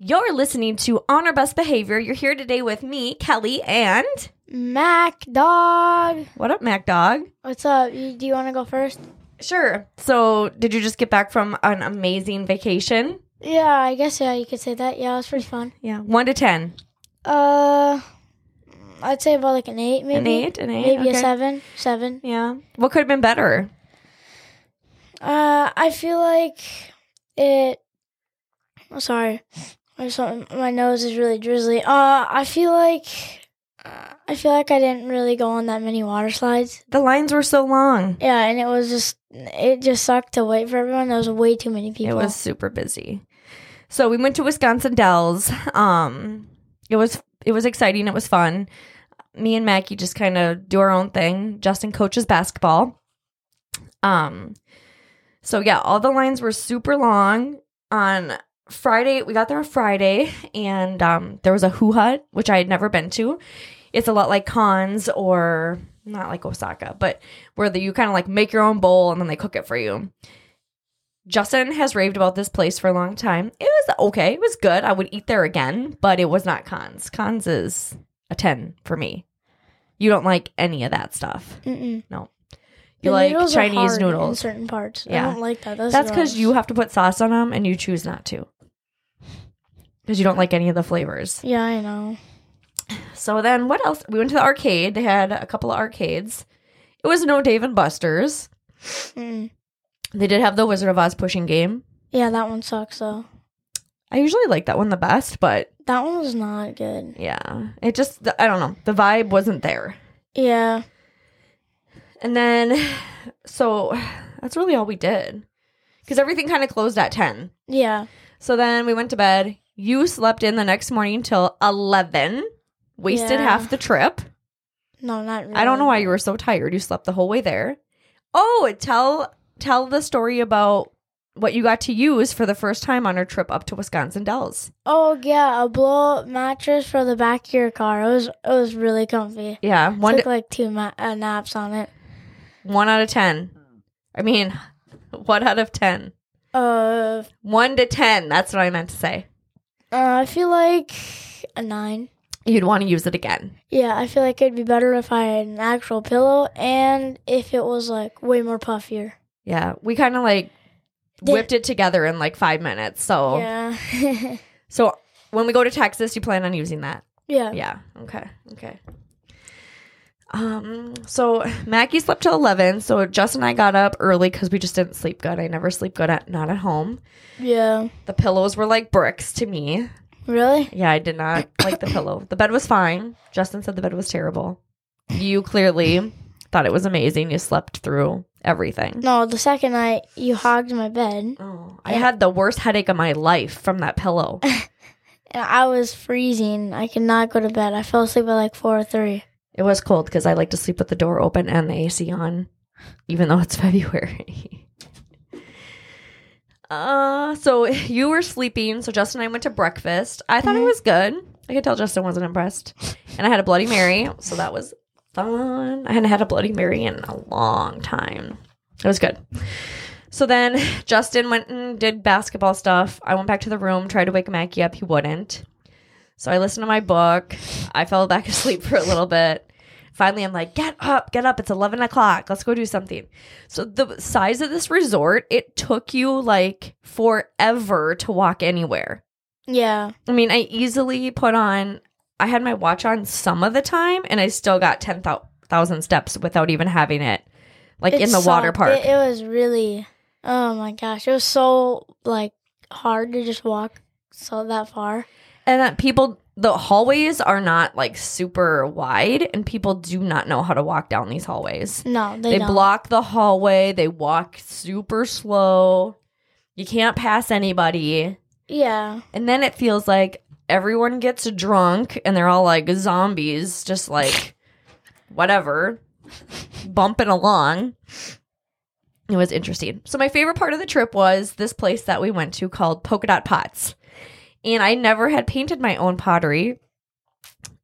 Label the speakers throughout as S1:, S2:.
S1: You're listening to On Our Best Behavior. You're here today with me, Kelly, and
S2: Mac Dog.
S1: what up, Mac Dog?
S2: What's up? You, do you want to go first?
S1: Sure. So, did you just get back from an amazing vacation?
S2: Yeah, I guess yeah, you could say that. Yeah, it was pretty fun.
S1: Yeah. One to ten.
S2: Uh, I'd say about like an eight, maybe.
S1: An eight? An eight?
S2: Maybe a
S1: Okay.
S2: seven. Seven.
S1: Yeah. What could have been better?
S2: Uh, I feel like it. I'm sorry. I just want- my nose is really drizzly. Uh, I feel like. Uh, I feel like I didn't really go on that many water slides.
S1: The lines were so long.
S2: Yeah, and it was just it just sucked to wait for everyone. There was way too many people.
S1: It was super busy. So we went to Wisconsin Dells. Um, it was it was exciting. It was fun. Me and Mackie just kind of do our own thing. Justin coaches basketball. Um, so yeah, all the lines were super long on Friday. We got there on Friday, and um, there was a hoo hut which I had never been to. It's a lot like cons or not like Osaka, but where the, you kind of like make your own bowl and then they cook it for you. Justin has raved about this place for a long time. It was okay. It was good. I would eat there again, but it was not cons. Cons is a 10 for me. You don't like any of that stuff.
S2: Mm-mm.
S1: You
S2: The
S1: like
S2: noodles are hard
S1: Chinese
S2: in
S1: noodles.
S2: certain parts.
S1: Yeah.
S2: I don't like that. Those
S1: That's because
S2: gross.
S1: you have to put sauce on them and you choose not to. Because you don't like any of the flavors.
S2: Yeah, I know.
S1: So then what else? We went to the arcade. They had a couple of arcades. It was no Dave and Buster's.
S2: Mm.
S1: They did have the Wizard of Oz pushing game.
S2: Yeah, that one sucks though.
S1: I usually like that one the best, but
S2: That one was not good.
S1: yeah, it just, I don't know. The vibe wasn't there.
S2: Yeah,
S1: And then, so that's really all we did because everything kind of closed at 10.
S2: yeah.
S1: So then we went to bed. You slept in the next morning till 11, wasted
S2: Yeah.
S1: half the trip.
S2: No, not really.
S1: I don't know why you were so tired. You slept the whole way there. Oh, tell tell the story about what you got to use for the first time on our trip up to Wisconsin Dells.
S2: Oh yeah, a blow up mattress for the back of your car. It was it was really comfy.
S1: Yeah, one
S2: Took like two ma- uh, naps on it.
S1: one out of 10. I mean, one out of 10.
S2: Uh, uh,
S1: One to 10. That's what I meant to say.
S2: I feel like a nine.
S1: You'd want to use it again.
S2: Yeah, I feel like it'd be better if I had an actual pillow and if it was like way more puffier.
S1: Yeah, we kind of like
S2: Did-
S1: whipped it together in like five minutes. So,
S2: Yeah.
S1: so when we go to Texas, you plan on using that?
S2: yeah.
S1: Yeah. Okay. Okay. Um. So Mackie slept till eleven. So Justin and I got up early because we just didn't sleep good. I never sleep good at not at home.
S2: Yeah.
S1: The pillows were like bricks to me.
S2: Really?
S1: Yeah, I did not like the pillow. The bed was fine. Justin said the bed was terrible. You clearly thought it was amazing. You slept through everything.
S2: No, the second night you hogged my bed.
S1: Oh, I had the worst headache of my life from that pillow.
S2: And I was freezing. I could not go to bed. I fell asleep at like four or three.
S1: It was cold because I like to sleep with the door open and the AC on, even though it's February. uh, so you were sleeping. So Justin and I went to breakfast. I thought it was good. I could tell Justin wasn't impressed. And I had a Bloody Mary. So that was fun. I hadn't had a Bloody Mary in a long time. It was good. So then Justin went and did basketball stuff. I went back to the room, tried to wake Mackie up. He wouldn't. So I listened to my book. I fell back asleep for a little bit. Finally, I'm like, get up, get up. It's 11 o'clock. Let's go do something. So, the size of this resort, it took you like forever to walk anywhere.
S2: Yeah.
S1: I mean, I easily put on, I had my watch on some of the time, and I still got 10,000 steps without even having it, like
S2: It
S1: in the water
S2: sucked.
S1: park.
S2: It, it was really, oh my gosh. It was so like hard to just walk so that far.
S1: and that people, the hallways are not like super wide, and people do not know how to walk down these hallways.
S2: No, they,
S1: They,
S2: don't.
S1: block the hallway. They walk super slow. You can't pass anybody.
S2: Yeah.
S1: And then it feels like everyone gets drunk and they're all like zombies, just like whatever, bumping along. It was interesting. So, my favorite part of the trip was this place that we went to called Polka Dot Pots. And I never had painted my own pottery.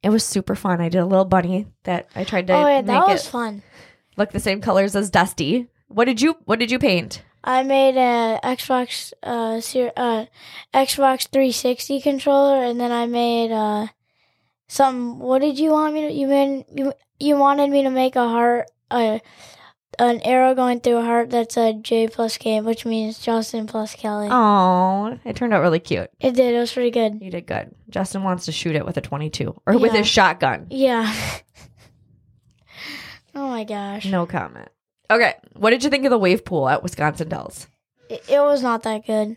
S1: It was super fun. I did a little bunny that I tried to
S2: oh yeah,
S1: make
S2: that
S1: it
S2: was fun.
S1: look the same colors as Dusty. What did you What did you paint?
S2: I made a Xbox uh, ser- uh Xbox 360 controller, and then I made uh some. What did you want me to? You made you you wanted me to make a heart a an arrow going through a heart that said J plus K, which means Justin plus Kelly.
S1: Oh, it turned out really cute.
S2: It did. It was pretty good.
S1: You did good. Justin wants to shoot it with a 22 or with
S2: Yeah.
S1: his shotgun.
S2: Yeah. oh my gosh.
S1: No comment. Okay, what did you think of the wave pool at Wisconsin Dells?
S2: It, it was not that good.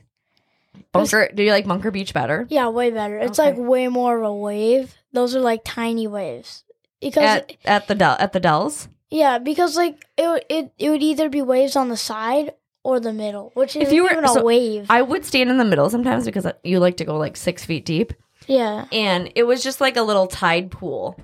S2: was-
S1: Bunker, do you like Bunker Beach better?
S2: Yeah, way better. It's
S1: Okay.
S2: like way more of a wave. Those are like tiny waves. Because
S1: At, at the Del- at the Dells?
S2: yeah, because like it would- it it would either be waves on the side or the middle, which is
S1: If you were-
S2: even a
S1: so,
S2: wave.
S1: I would stand in the middle sometimes because you like to go like six feet deep.
S2: yeah.
S1: And it was just like a little tide pool.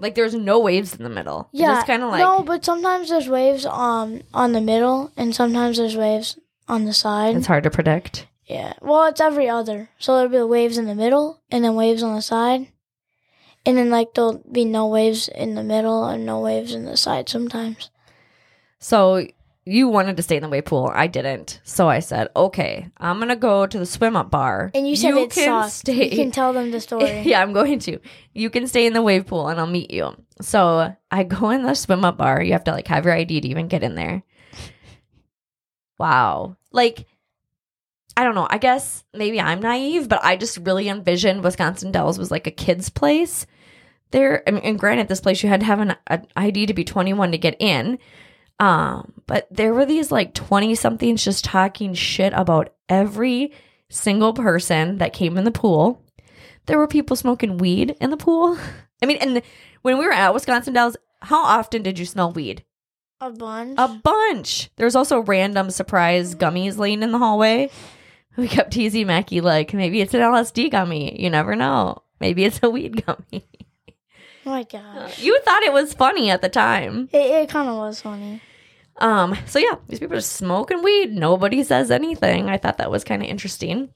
S1: Like there's no waves in the middle.
S2: Yeah.
S1: It's kind of like,
S2: No, but sometimes there's waves um on the middle and sometimes there's waves on the side.
S1: it's hard to predict.
S2: Yeah. Well, it's every other. So there'll be waves in the middle and then waves on the side. And then like there'll be no waves in the middle and no waves in the side sometimes.
S1: So you wanted to stay in the wave pool. I didn't. So I said, okay, I'm going to go to the swim up bar.
S2: And you said it sucked. You can tell them the story.
S1: yeah, I'm going to. You can stay in the wave pool and I'll meet you. So I go in the swim up bar. You have to like have your ID to even get in there. Wow. Like, I don't know. I guess maybe I'm naive, but I just really envisioned Wisconsin Dells was like a kid's place. There, I mean, and granted, this place you had to have an, an ID to be 21 to get in. Um, but there were these like 20 somethings just talking shit about every single person that came in the pool there were people smoking weed in the pool. I mean, and when we were at Wisconsin Dells, how often did you smell weed?
S2: A bunch.
S1: A bunch. There was also random surprise gummies laying in the hallway. We kept teasing Mackie like, maybe it's an LSD gummy. You never know. Maybe it's a weed gummy.
S2: oh my gosh.
S1: You thought it was funny at the time.
S2: It, it kind of was funny.
S1: Um, so yeah, these people are smoking weed. Nobody says anything. I thought that was kind of interesting.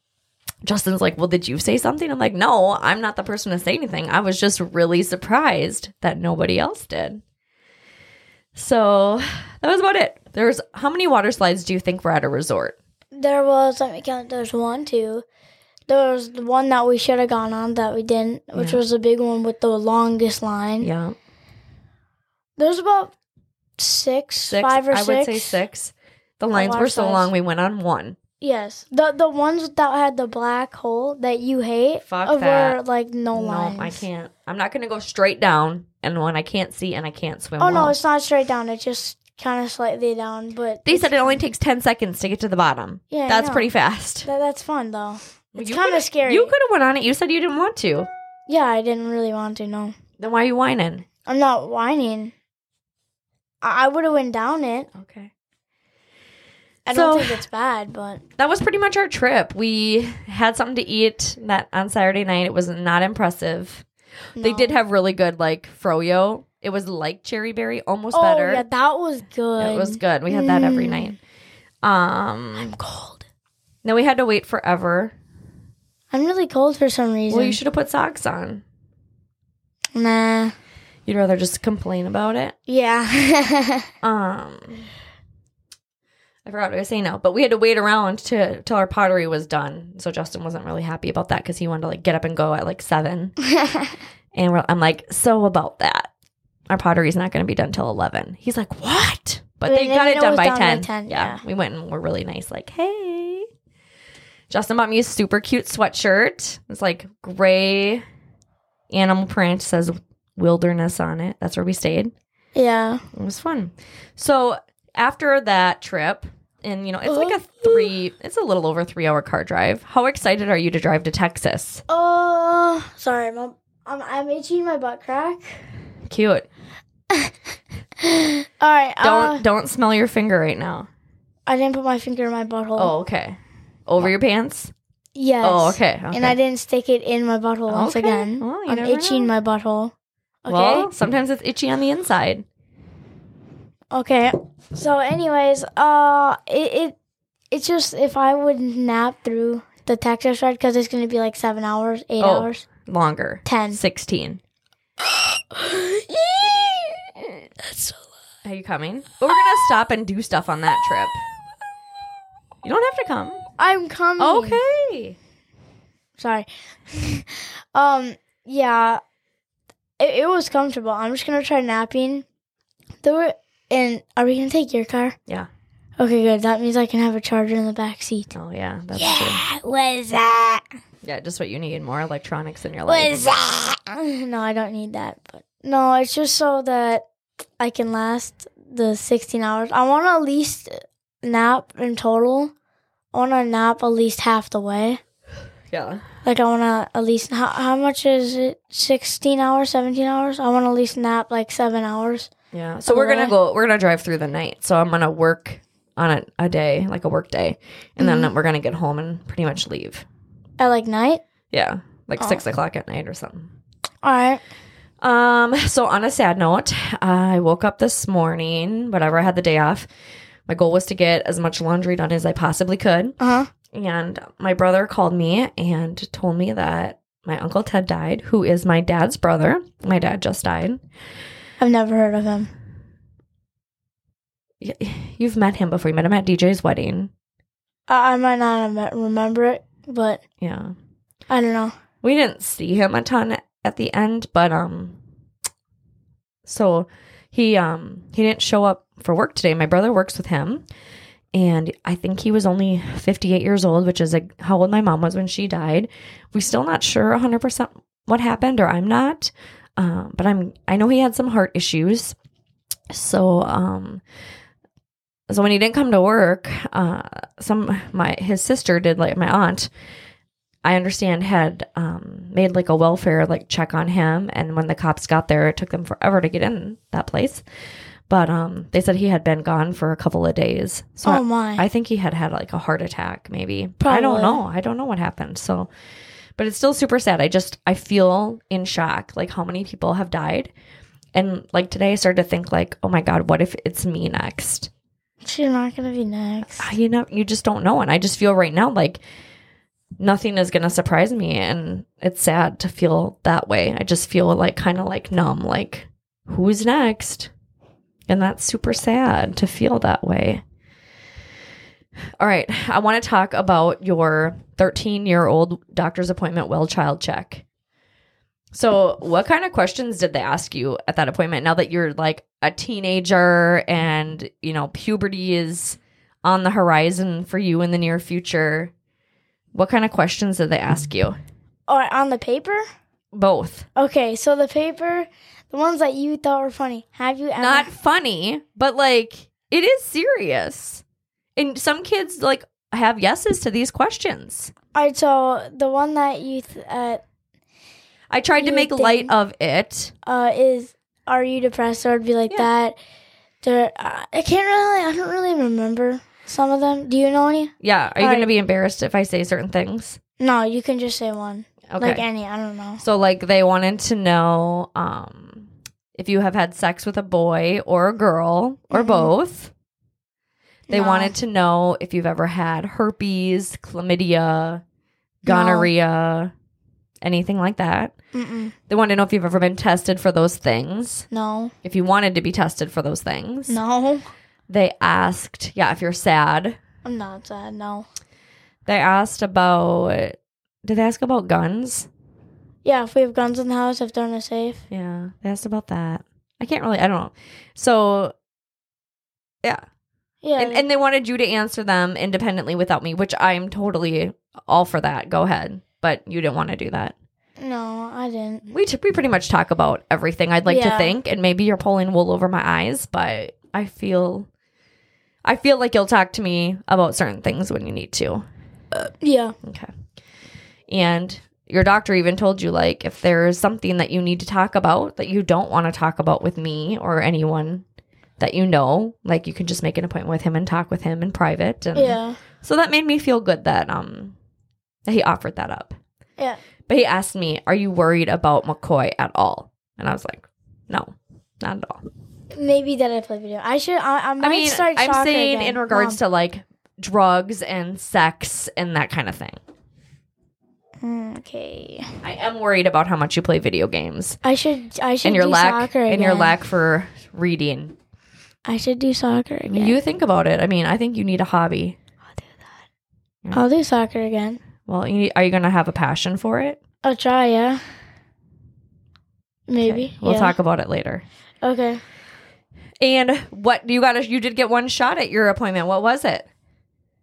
S1: Justin's like, Well, did you say something? I'm like, No, I'm not the person to say anything. I was just really surprised that nobody else did. So that was about it. There's how many water slides do you think were at a resort?
S2: There was, let me count, there's one, two. There was the one that we should have gone on that we didn't, which
S1: Yeah.
S2: was the big one with the longest line.
S1: Yeah.
S2: There's about six,
S1: Six.
S2: five or
S1: I
S2: six.
S1: would say six. The lines
S2: water
S1: were so
S2: slides.
S1: long we went on one.
S2: Yes, the the ones that had the black hole that you hate
S1: Fuck
S2: uh, were
S1: that.
S2: like no lines.
S1: I can't. I'm not gonna go straight down and when I can't see and I can't swim.
S2: Oh no,
S1: well.
S2: it's not straight down. It's just kind of slightly down, but
S1: They said it only takes 10 seconds to get to the bottom.
S2: Yeah, I
S1: That's
S2: know.
S1: pretty fast.
S2: That, that's fun though. It's
S1: You
S2: kind
S1: coulda-
S2: of scary.
S1: You could have went on it. You said you didn't want to.
S2: yeah, I didn't really want to. No,
S1: Then why are you whining?
S2: I'm not whining. I, I would have went down it.
S1: Okay.
S2: I
S1: So-
S2: don't think it's bad, but
S1: That was pretty much our trip. We had something to eat that on Saturday night. It was not impressive. They
S2: no.
S1: did have really good like froyo. It was like cherry berry, almost
S2: Oh
S1: better.
S2: yeah, that was good.
S1: It was good. We had that every
S2: Mm.
S1: night. Um
S2: I'm cold.
S1: then we had to wait forever.
S2: I'm really cold for some reason.
S1: Well, you should have put socks on.
S2: nah.
S1: You'd rather just complain about it.
S2: Yeah.
S1: um I forgot what I was saying now, but we had to wait around to till our pottery was done. So Justin wasn't really happy about that because he wanted to like get up and go at like seven, and we're, I'm like, so about that, our pottery's not going to be done till eleven. He's like, what? But
S2: But
S1: they
S2: then
S1: got
S2: it
S1: it done
S2: was
S1: by
S2: done by
S1: ten.
S2: 10, yeah.
S1: we went and were really nice, like, hey. Justin bought me a super cute sweatshirt. It's like gray animal print says wilderness on it. That's where we stayed.
S2: yeah.
S1: It was fun. So after that trip, and you know, it's
S2: Oh,
S1: like a three, it's a little over three hour car drive. How excited are you to drive to Texas?
S2: Oh, sorry, mom. I'm, I'm itching my butt crack.
S1: Cute.
S2: All right.
S1: Don't
S2: uh,
S1: don't smell your finger right now.
S2: I didn't put my finger in my butthole.
S1: Oh, okay. Over your pants.
S2: Yes.
S1: Oh, okay. okay.
S2: And I didn't stick it in my butthole once
S1: Okay.
S2: again.
S1: Well, you
S2: I'm
S1: never
S2: itching my butthole. Okay.
S1: Well, sometimes it's itchy on the inside.
S2: okay. So, anyways, uh, it, it it's just if I would nap through the Texas ride because it's gonna be like seven hours, eight
S1: Oh.
S2: hours,
S1: Longer.
S2: ten.
S1: Sixteen.
S2: That's so
S1: Are you coming? But we're gonna stop and do stuff on that trip. You don't have to come.
S2: I'm coming.
S1: Okay.
S2: Sorry. um. Yeah. It, it was comfortable. I'm just gonna try napping. There were, and are we gonna take your car?
S1: Yeah.
S2: Okay, good. That means I can have a charger in the back seat.
S1: Oh yeah, that's true.
S2: Yeah. What is that?
S1: Yeah, just what you need more electronics in your
S2: What
S1: life.
S2: is that? No, I don't need that. But no, it's just so that I can last the 16 hours. I want to at least nap in total. I want to nap at least half the way.
S1: Yeah.
S2: Like I want to at least how, how much is it? 16 hours, 17 hours? I want to at least nap like 7 hours.
S1: Yeah. So we're gonna
S2: Alright.
S1: go. We're gonna drive through the night. So I'm gonna work on a, a day, like a work day, and then we're gonna get home and pretty much leave.
S2: At like night?
S1: Yeah, like
S2: Oh.
S1: six o'clock at night or something.
S2: All right.
S1: Um. So on a sad note, I woke up this morning. Whatever, I had the day off. My goal was to get as much laundry done as I possibly could.
S2: Uh-huh.
S1: And my brother called me and told me that my uncle Ted died, who is my dad's brother. My dad just died.
S2: I've never heard of him.
S1: Y- You've met him before. You met him at DJ's wedding.
S2: I, I might not have- remember it, but
S1: Yeah.
S2: I don't know.
S1: we didn't see him a ton at the end, but um so he um he didn't show up for work today. My brother works with him and I think he was only 58 years old, which is like how old my mom was when she died. We're still not sure 100% what happened or I'm not. Um but I'm I know he had some heart issues. So um so when he didn't come to work, uh some my his sister did like my aunt I understand had um, made like a welfare like check on him, and when the cops got there, it took them forever to get in that place. But um, they said he had been gone for a couple of days, so
S2: oh my.
S1: I, I think he had had like a heart attack, maybe. I
S2: Probably.
S1: don't know. I don't know what happened. So, but it's still super sad. I just I feel in shock, like how many people have died, and like today I started to think like, oh my god, what if it's me next?
S2: She's not gonna be next.
S1: I- you know you just don't know and i just feel right now like nothing is going to surprise me and it's sad to feel that way i just feel like kind of like numb like who's next and that's super sad to feel that way all right i want to talk about your 13 year old doctor's appointment well child check so what kind of questions did they ask you at that appointment now that you're like a teenager and you know puberty is on the horizon for you in the near future, what kind of questions did they ask you?
S2: Or on the paper?
S1: Both.
S2: Okay, so the paper, the ones that you thought were funny. Have you ever?
S1: Not funny, but like it is serious. And some kids like have yeses to these questions.
S2: All right, so the one that you th- uh,
S1: I tried to
S2: You
S1: make
S2: would
S1: light
S2: think-
S1: of it.
S2: uh is are you depressed? Or it'd be like
S1: Yeah.
S2: that. There, uh, I can't really. I don't really remember some of them. Do you know any?
S1: Yeah. Are you
S2: All
S1: going
S2: right.
S1: to be embarrassed if I say certain things?
S2: No, you can just say one.
S1: Okay.
S2: Like any. I don't know.
S1: so like they wanted to know um if you have had sex with a boy or a girl or
S2: Mhm.
S1: both. They
S2: No.
S1: wanted to know if you've ever had herpes, chlamydia, gonorrhea, anything like that.
S2: Mm-mm.
S1: They wanted to know if you've ever been tested for those things,
S2: No.
S1: if you wanted to be tested for those things.
S2: No.
S1: They asked, yeah, if you're sad.
S2: I'm not sad. No.
S1: They asked about, did they ask about guns?
S2: Yeah, if we have guns in the house, if they're in a safe.
S1: Yeah, they asked about that. I can't really, I don't know. So, yeah.
S2: Yeah.
S1: And, and they wanted you to answer them independently without me, which I'm totally all for that. Go ahead. But you didn't want to do that.
S2: no, I didn't.
S1: We, t- we pretty much talk about everything I'd like to
S2: Yeah.
S1: think, and maybe you're pulling wool over my eyes, but I feel I feel like you'll talk to me about certain things when you need to.
S2: Yeah.
S1: Okay. And your doctor even told you like if there's something that you need to talk about that you don't want to talk about with me or anyone that you know, like you can just make an appointment with him and talk with him in private. And
S2: Yeah.
S1: so that made me feel good that um that he offered that up.
S2: Yeah.
S1: But he asked me, "Are you worried about McCoy at all?" And I was like, "No, not at all."
S2: Maybe that I play video. I should. I, I might
S1: I mean,
S2: start.
S1: I'm
S2: soccer
S1: saying
S2: again.
S1: in regards to like drugs and sex and that kind of thing.
S2: Mom. Mm, Okay.
S1: I am worried about how much you play video games
S2: I should. I should.
S1: and your
S2: do
S1: lack
S2: Soccer again.
S1: and your lack for reading.
S2: I should do soccer again.
S1: You think about it. I mean, I think you need a hobby.
S2: I'll do that. I'll do soccer again.
S1: Well, you, are you going to have a passion for it?
S2: I'll try, yeah. Maybe.
S1: Okay, We'll
S2: yeah.
S1: talk about it later.
S2: Okay.
S1: And what you got? A, you did get one shot at your appointment. What was it?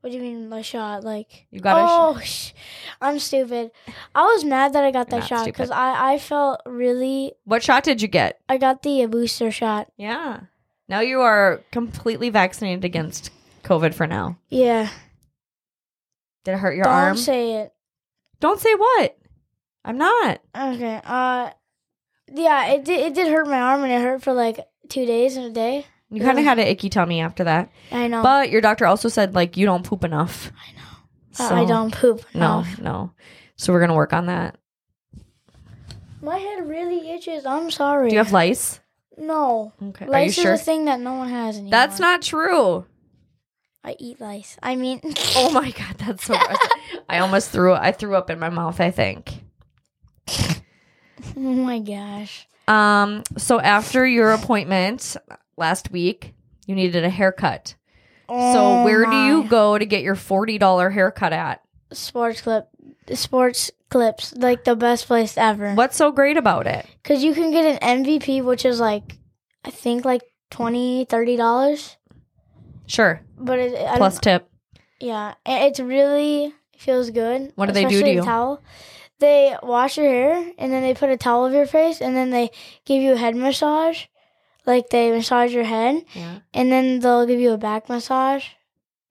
S2: What do you mean my shot? Like
S1: You got a shot.
S2: oh, sh- I'm stupid. I was mad that I got
S1: You're
S2: that
S1: not
S2: shot
S1: stupid.
S2: because I I felt really
S1: What shot did you get?
S2: I got the booster shot.
S1: Yeah. Now you are completely vaccinated against COVID for now.
S2: Yeah.
S1: Did it hurt your
S2: Don't
S1: arm?
S2: say it.
S1: Don't say what. I'm not.
S2: Okay. Uh, yeah. It did. It did hurt my arm, and it hurt for like two days and a day.
S1: You kind of
S2: Yeah.
S1: had an icky tummy after that.
S2: I know.
S1: But your doctor also said like you don't poop enough.
S2: Oh. I
S1: know.
S2: I- I don't poop.
S1: No, no. So we're gonna work on that.
S2: My head really itches. I'm sorry.
S1: Do you have lice?
S2: no.
S1: Okay. Are you
S2: Lice
S1: sure?
S2: is a thing that no one has anymore.
S1: That's not true.
S2: I eat lice. I mean.
S1: Oh my god, that's so gross. I almost threw I threw up in my mouth, I think.
S2: oh my gosh.
S1: Um so after your appointment last week, you needed a haircut. So
S2: Oh
S1: where do you
S2: my.
S1: go to get your $40 haircut at?
S2: Sports clip. Sports clips. Like the best place ever.
S1: What's so great about it?
S2: Because you can get an MVP, which is like, I think like twenty, thirty dollars.
S1: Sure.
S2: But it, I
S1: Plus tip.
S2: Yeah, and it's really feels good.
S1: What do they do to
S2: especially
S1: you?
S2: A towel. They wash your hair and then they put a towel over your face and then they give you a head massage, like they massage your head
S1: Yeah.
S2: and then they'll give you a back massage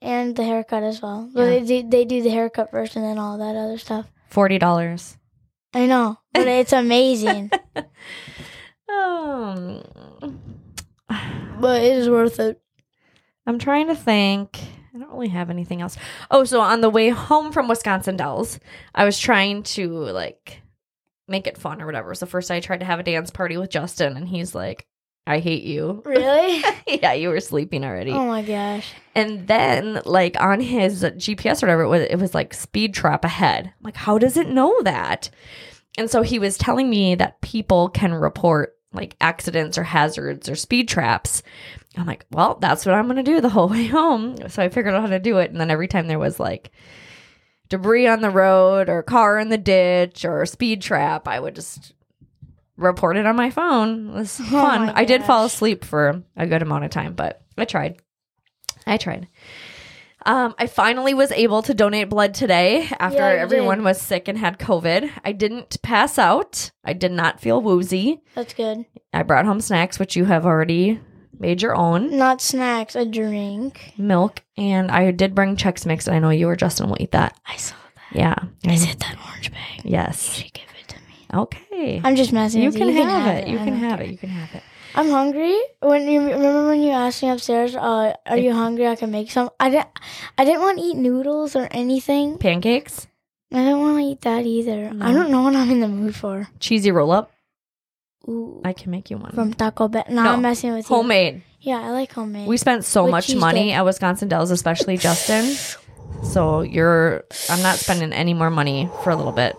S2: and the haircut as well. But
S1: Yeah.
S2: they do, they do the haircut first and then all that other stuff.
S1: $40.
S2: I know, but it's amazing.
S1: Um
S2: but it is worth it.
S1: I'm trying to think. I don't really have anything else. Oh, so on the way home from Wisconsin Dells, I was trying to like make it fun or whatever. So first I tried to have a dance party with Justin and he's like, I hate you.
S2: Really?
S1: yeah, you were sleeping already.
S2: oh my gosh.
S1: And then like on his GPS or whatever it was, it was like speed trap ahead. I'm like, how does it know that? And so he was telling me that people can report like accidents or hazards or speed traps. I'm like, well, that's what I'm going to do the whole way home. So I figured out how to do it. And then every time there was like debris on the road or car in the ditch or speed trap, I would just report it on my phone. It was fun.
S2: Oh my
S1: I did fall
S2: gosh.
S1: asleep for a good amount of time, but I tried. I tried. Um, I finally was able to donate blood today after
S2: Yeah, you
S1: everyone
S2: did.
S1: was sick and had COVID. I didn't pass out. I did not feel woozy.
S2: That's good.
S1: I brought home snacks, which you have already made your own
S2: Not snacks, a drink.
S1: milk, and I did bring Chex Mix. And I know you or Justin will eat that.
S2: I saw that.
S1: Yeah.
S2: Is
S1: Mm-hmm.
S2: it that orange bag? You
S1: Yes.
S2: should give it to me.
S1: Okay.
S2: I'm just messing
S1: You
S2: with
S1: can,
S2: you.
S1: have, it. You
S2: I
S1: can
S2: don't
S1: have
S2: care.
S1: it. You can have it.
S2: I'm hungry. When you remember when you asked me upstairs, uh, are you hungry? I can make some. I didn't. I didn't want to eat noodles or anything.
S1: Pancakes,
S2: I didn't want to eat that either. I don't know what I'm in the mood for.
S1: cheesy roll up.
S2: Ooh,
S1: I can make you one.
S2: from Taco Bell. No,
S1: No.
S2: I'm messing with
S1: Homemade.
S2: you. Yeah, I like homemade.
S1: We spent so
S2: With
S1: much
S2: cheese
S1: money
S2: dip.
S1: at Wisconsin Dells, especially Justin. So you're, I'm not spending any more money for a little bit.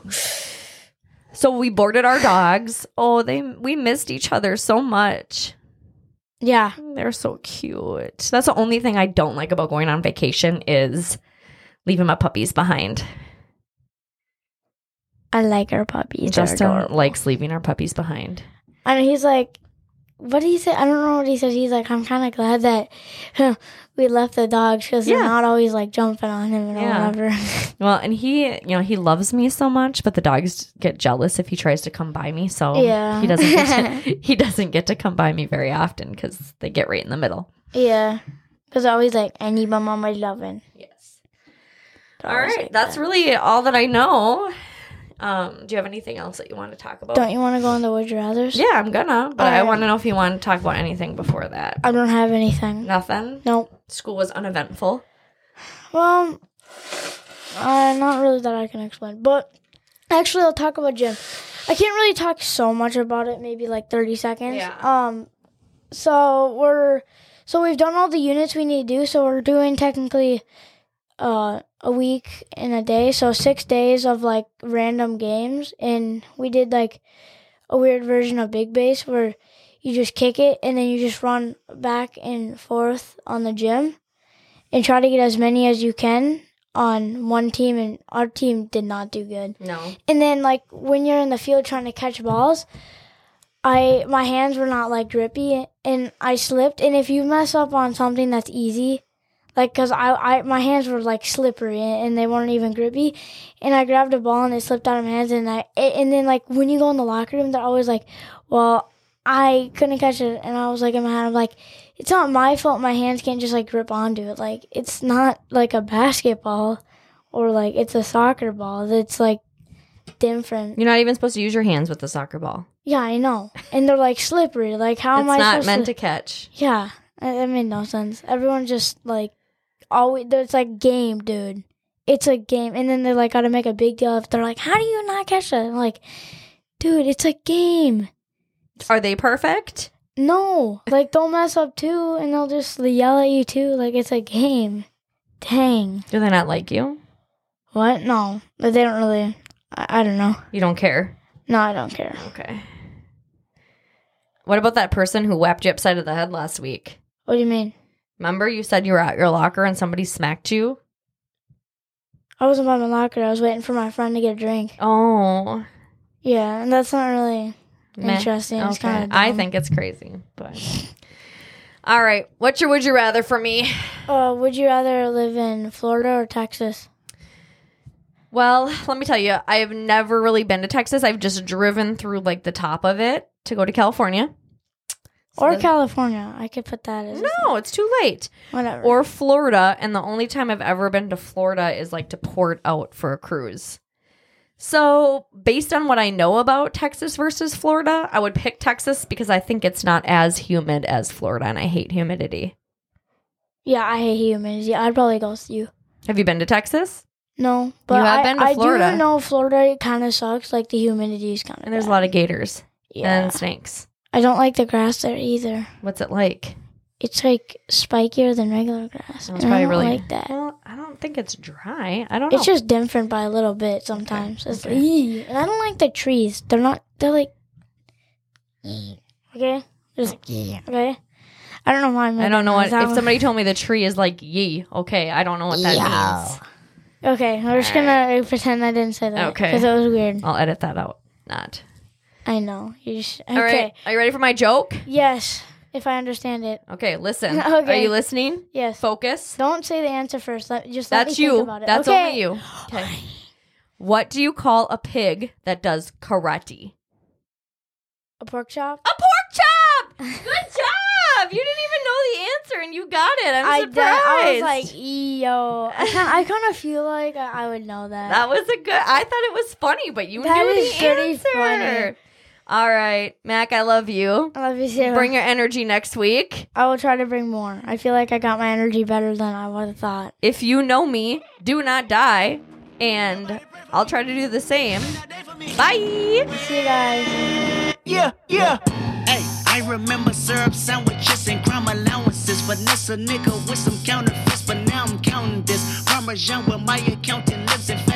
S1: So we boarded our dogs. Oh, they we missed each other so much.
S2: yeah,
S1: They're so cute. That's the only thing I don't like about going on vacation is leaving my puppies behind.
S2: I like our puppies. They're
S1: Justin
S2: adorable.
S1: likes leaving our puppies behind.
S2: and he's like, what did he say? I don't know what he said. He's like, I'm kind of glad that we left the dogs because
S1: Yeah.
S2: they're not always like jumping on him and
S1: Yeah.
S2: whatever.
S1: Well, and he, you know, he loves me so much, but the dogs get jealous if he tries to come by me. So
S2: Yeah.
S1: he doesn't get to, he doesn't get to come by me very often because they get right in the middle.
S2: yeah, because I always like, I need my mom my loving.
S1: Yes. All right, that's really all that I know. Um, do you have anything else that you want to talk about?
S2: Don't you want to go on the Would You Rather's?
S1: yeah, I'm gonna, but
S2: All
S1: I
S2: right.
S1: want to know if you want to talk about anything before that.
S2: I don't have anything.
S1: Nothing.
S2: Nope.
S1: School was uneventful.
S2: Well, uh, not really that I can explain. But actually, I'll talk about gym. I can't really talk so much about it. Maybe like thirty seconds.
S1: Yeah.
S2: Um. So we're so we've done all the units we need to do. So we're doing technically, uh, a week and a day. So six days of like random games, and we did like a weird version of big base where you just kick it and then you just run back and forth on the gym and try to get as many as you can on one team, and our team did not do good.
S1: No.
S2: And then like when you're in the field trying to catch balls, I my hands were not like grippy and I slipped. And if you mess up on something that's easy, like because I, I my hands were like slippery and they weren't even grippy, and I grabbed a ball and it slipped out of my hands. And I and then like when you go in the locker room, they're always like, well. I couldn't catch it, and I was like in my head, I'm like, it's not my fault. My hands can't just like grip onto it. Like it's not like a basketball, or like it's a soccer ball. It's like different.
S1: You're not even supposed to use your hands with the soccer ball.
S2: Yeah, I know. And they're like slippery. Like how
S1: it's
S2: am I
S1: not
S2: supposed
S1: meant
S2: to?
S1: to catch.
S2: Yeah, that that made no sense. Everyone just like always. It's like game, dude. It's a game, and then they like got to make a big deal. If they're like, "How do you not catch that?" I'm like, dude, it's a game.
S1: Are they perfect?
S2: No, like don't mess up too, and they'll just yell at you too. Like it's a game. Dang.
S1: Do they not like you?
S2: What? No, but they don't really. I, I don't know.
S1: You don't care.
S2: No, I don't care.
S1: Okay. What about that person who whacked you upside of the head last week?
S2: What do you mean?
S1: Remember you said you were at your locker and somebody smacked you?
S2: I wasn't by my locker. I was waiting for my friend to get a drink.
S1: Oh.
S2: Yeah, and that's not really
S1: meh.
S2: interesting. It's
S1: Okay.
S2: kind of
S1: I think it's crazy, but all right. What's your would you rather for me?
S2: Uh, would you rather live in Florida or Texas?
S1: Well, let me tell you, I have never really been to Texas. I've just driven through like the top of it to go to California. So
S2: or
S1: that's-
S2: California? I could put that as
S1: No, it's too late.
S2: whatever.
S1: Or Florida, and the only time I've ever been to Florida is like to port out for a cruise. So, based on what I know about Texas versus Florida, I would pick Texas because I think it's not as humid as Florida, and I hate humidity.
S2: yeah, I hate humidity. I'd probably go with you.
S1: Have you been to Texas?
S2: No, but
S1: You have
S2: I,
S1: been to
S2: I
S1: Florida.
S2: do know Florida kind of sucks. Like the humidity is kind of.
S1: And there's a lot of gators
S2: Yeah,
S1: and snakes.
S2: I don't like the grass there either.
S1: What's it like?
S2: It's like spikier than regular grass.
S1: Sounds
S2: and
S1: probably
S2: I don't
S1: really-
S2: like that.
S1: Well, I don't think it's dry. I don't know.
S2: It's just different by a little bit sometimes. It's
S1: Oh. okay.
S2: Eee. and I don't like the trees. They're not. They're like. Okay. Just okay. I don't know why I'm.
S1: I don't know what.
S2: making that
S1: If
S2: one.
S1: somebody told me the tree is like ye, okay, I don't know what that means.
S2: Okay, we're just gonna pretend I didn't say that.
S1: Okay. Oh.
S2: Because it was weird.
S1: I'll edit that out. Not.
S2: I know. You just, okay.
S1: All right. Are you ready for my joke?
S2: Yes, if I understand it.
S1: Okay, listen. Are
S2: Okay.
S1: you listening?
S2: Yes.
S1: Focus.
S2: Don't say the answer first. Let just let
S1: That's
S2: me think
S1: you.
S2: about it.
S1: That's
S2: okay.
S1: only you. Okay. What do you call a pig that does karate?
S2: A pork chop.
S1: A pork chop. Good job. You didn't even know the answer, and you got it. I'm
S2: did- I was
S1: surprised.
S2: like, yo. I kind, I kind of feel like I, I would know that.
S1: That was a good. I thought it was funny, but you
S2: That
S1: knew
S2: is
S1: the
S2: pretty
S1: answer.
S2: funny.
S1: All right, Mac, I love you.
S2: I love you too.
S1: Bring your energy next week.
S2: I will try to bring more. I feel like I got my energy better than I would have thought.
S1: If you know me, do not die, and I'll try to do the same. Bye.
S2: See you guys.
S3: Yeah, yeah. Hey, I remember syrup sandwiches and crime allowances. Finesse a nigga with some counterfeits, but now I'm counting this. Parmesan where my accountant lives in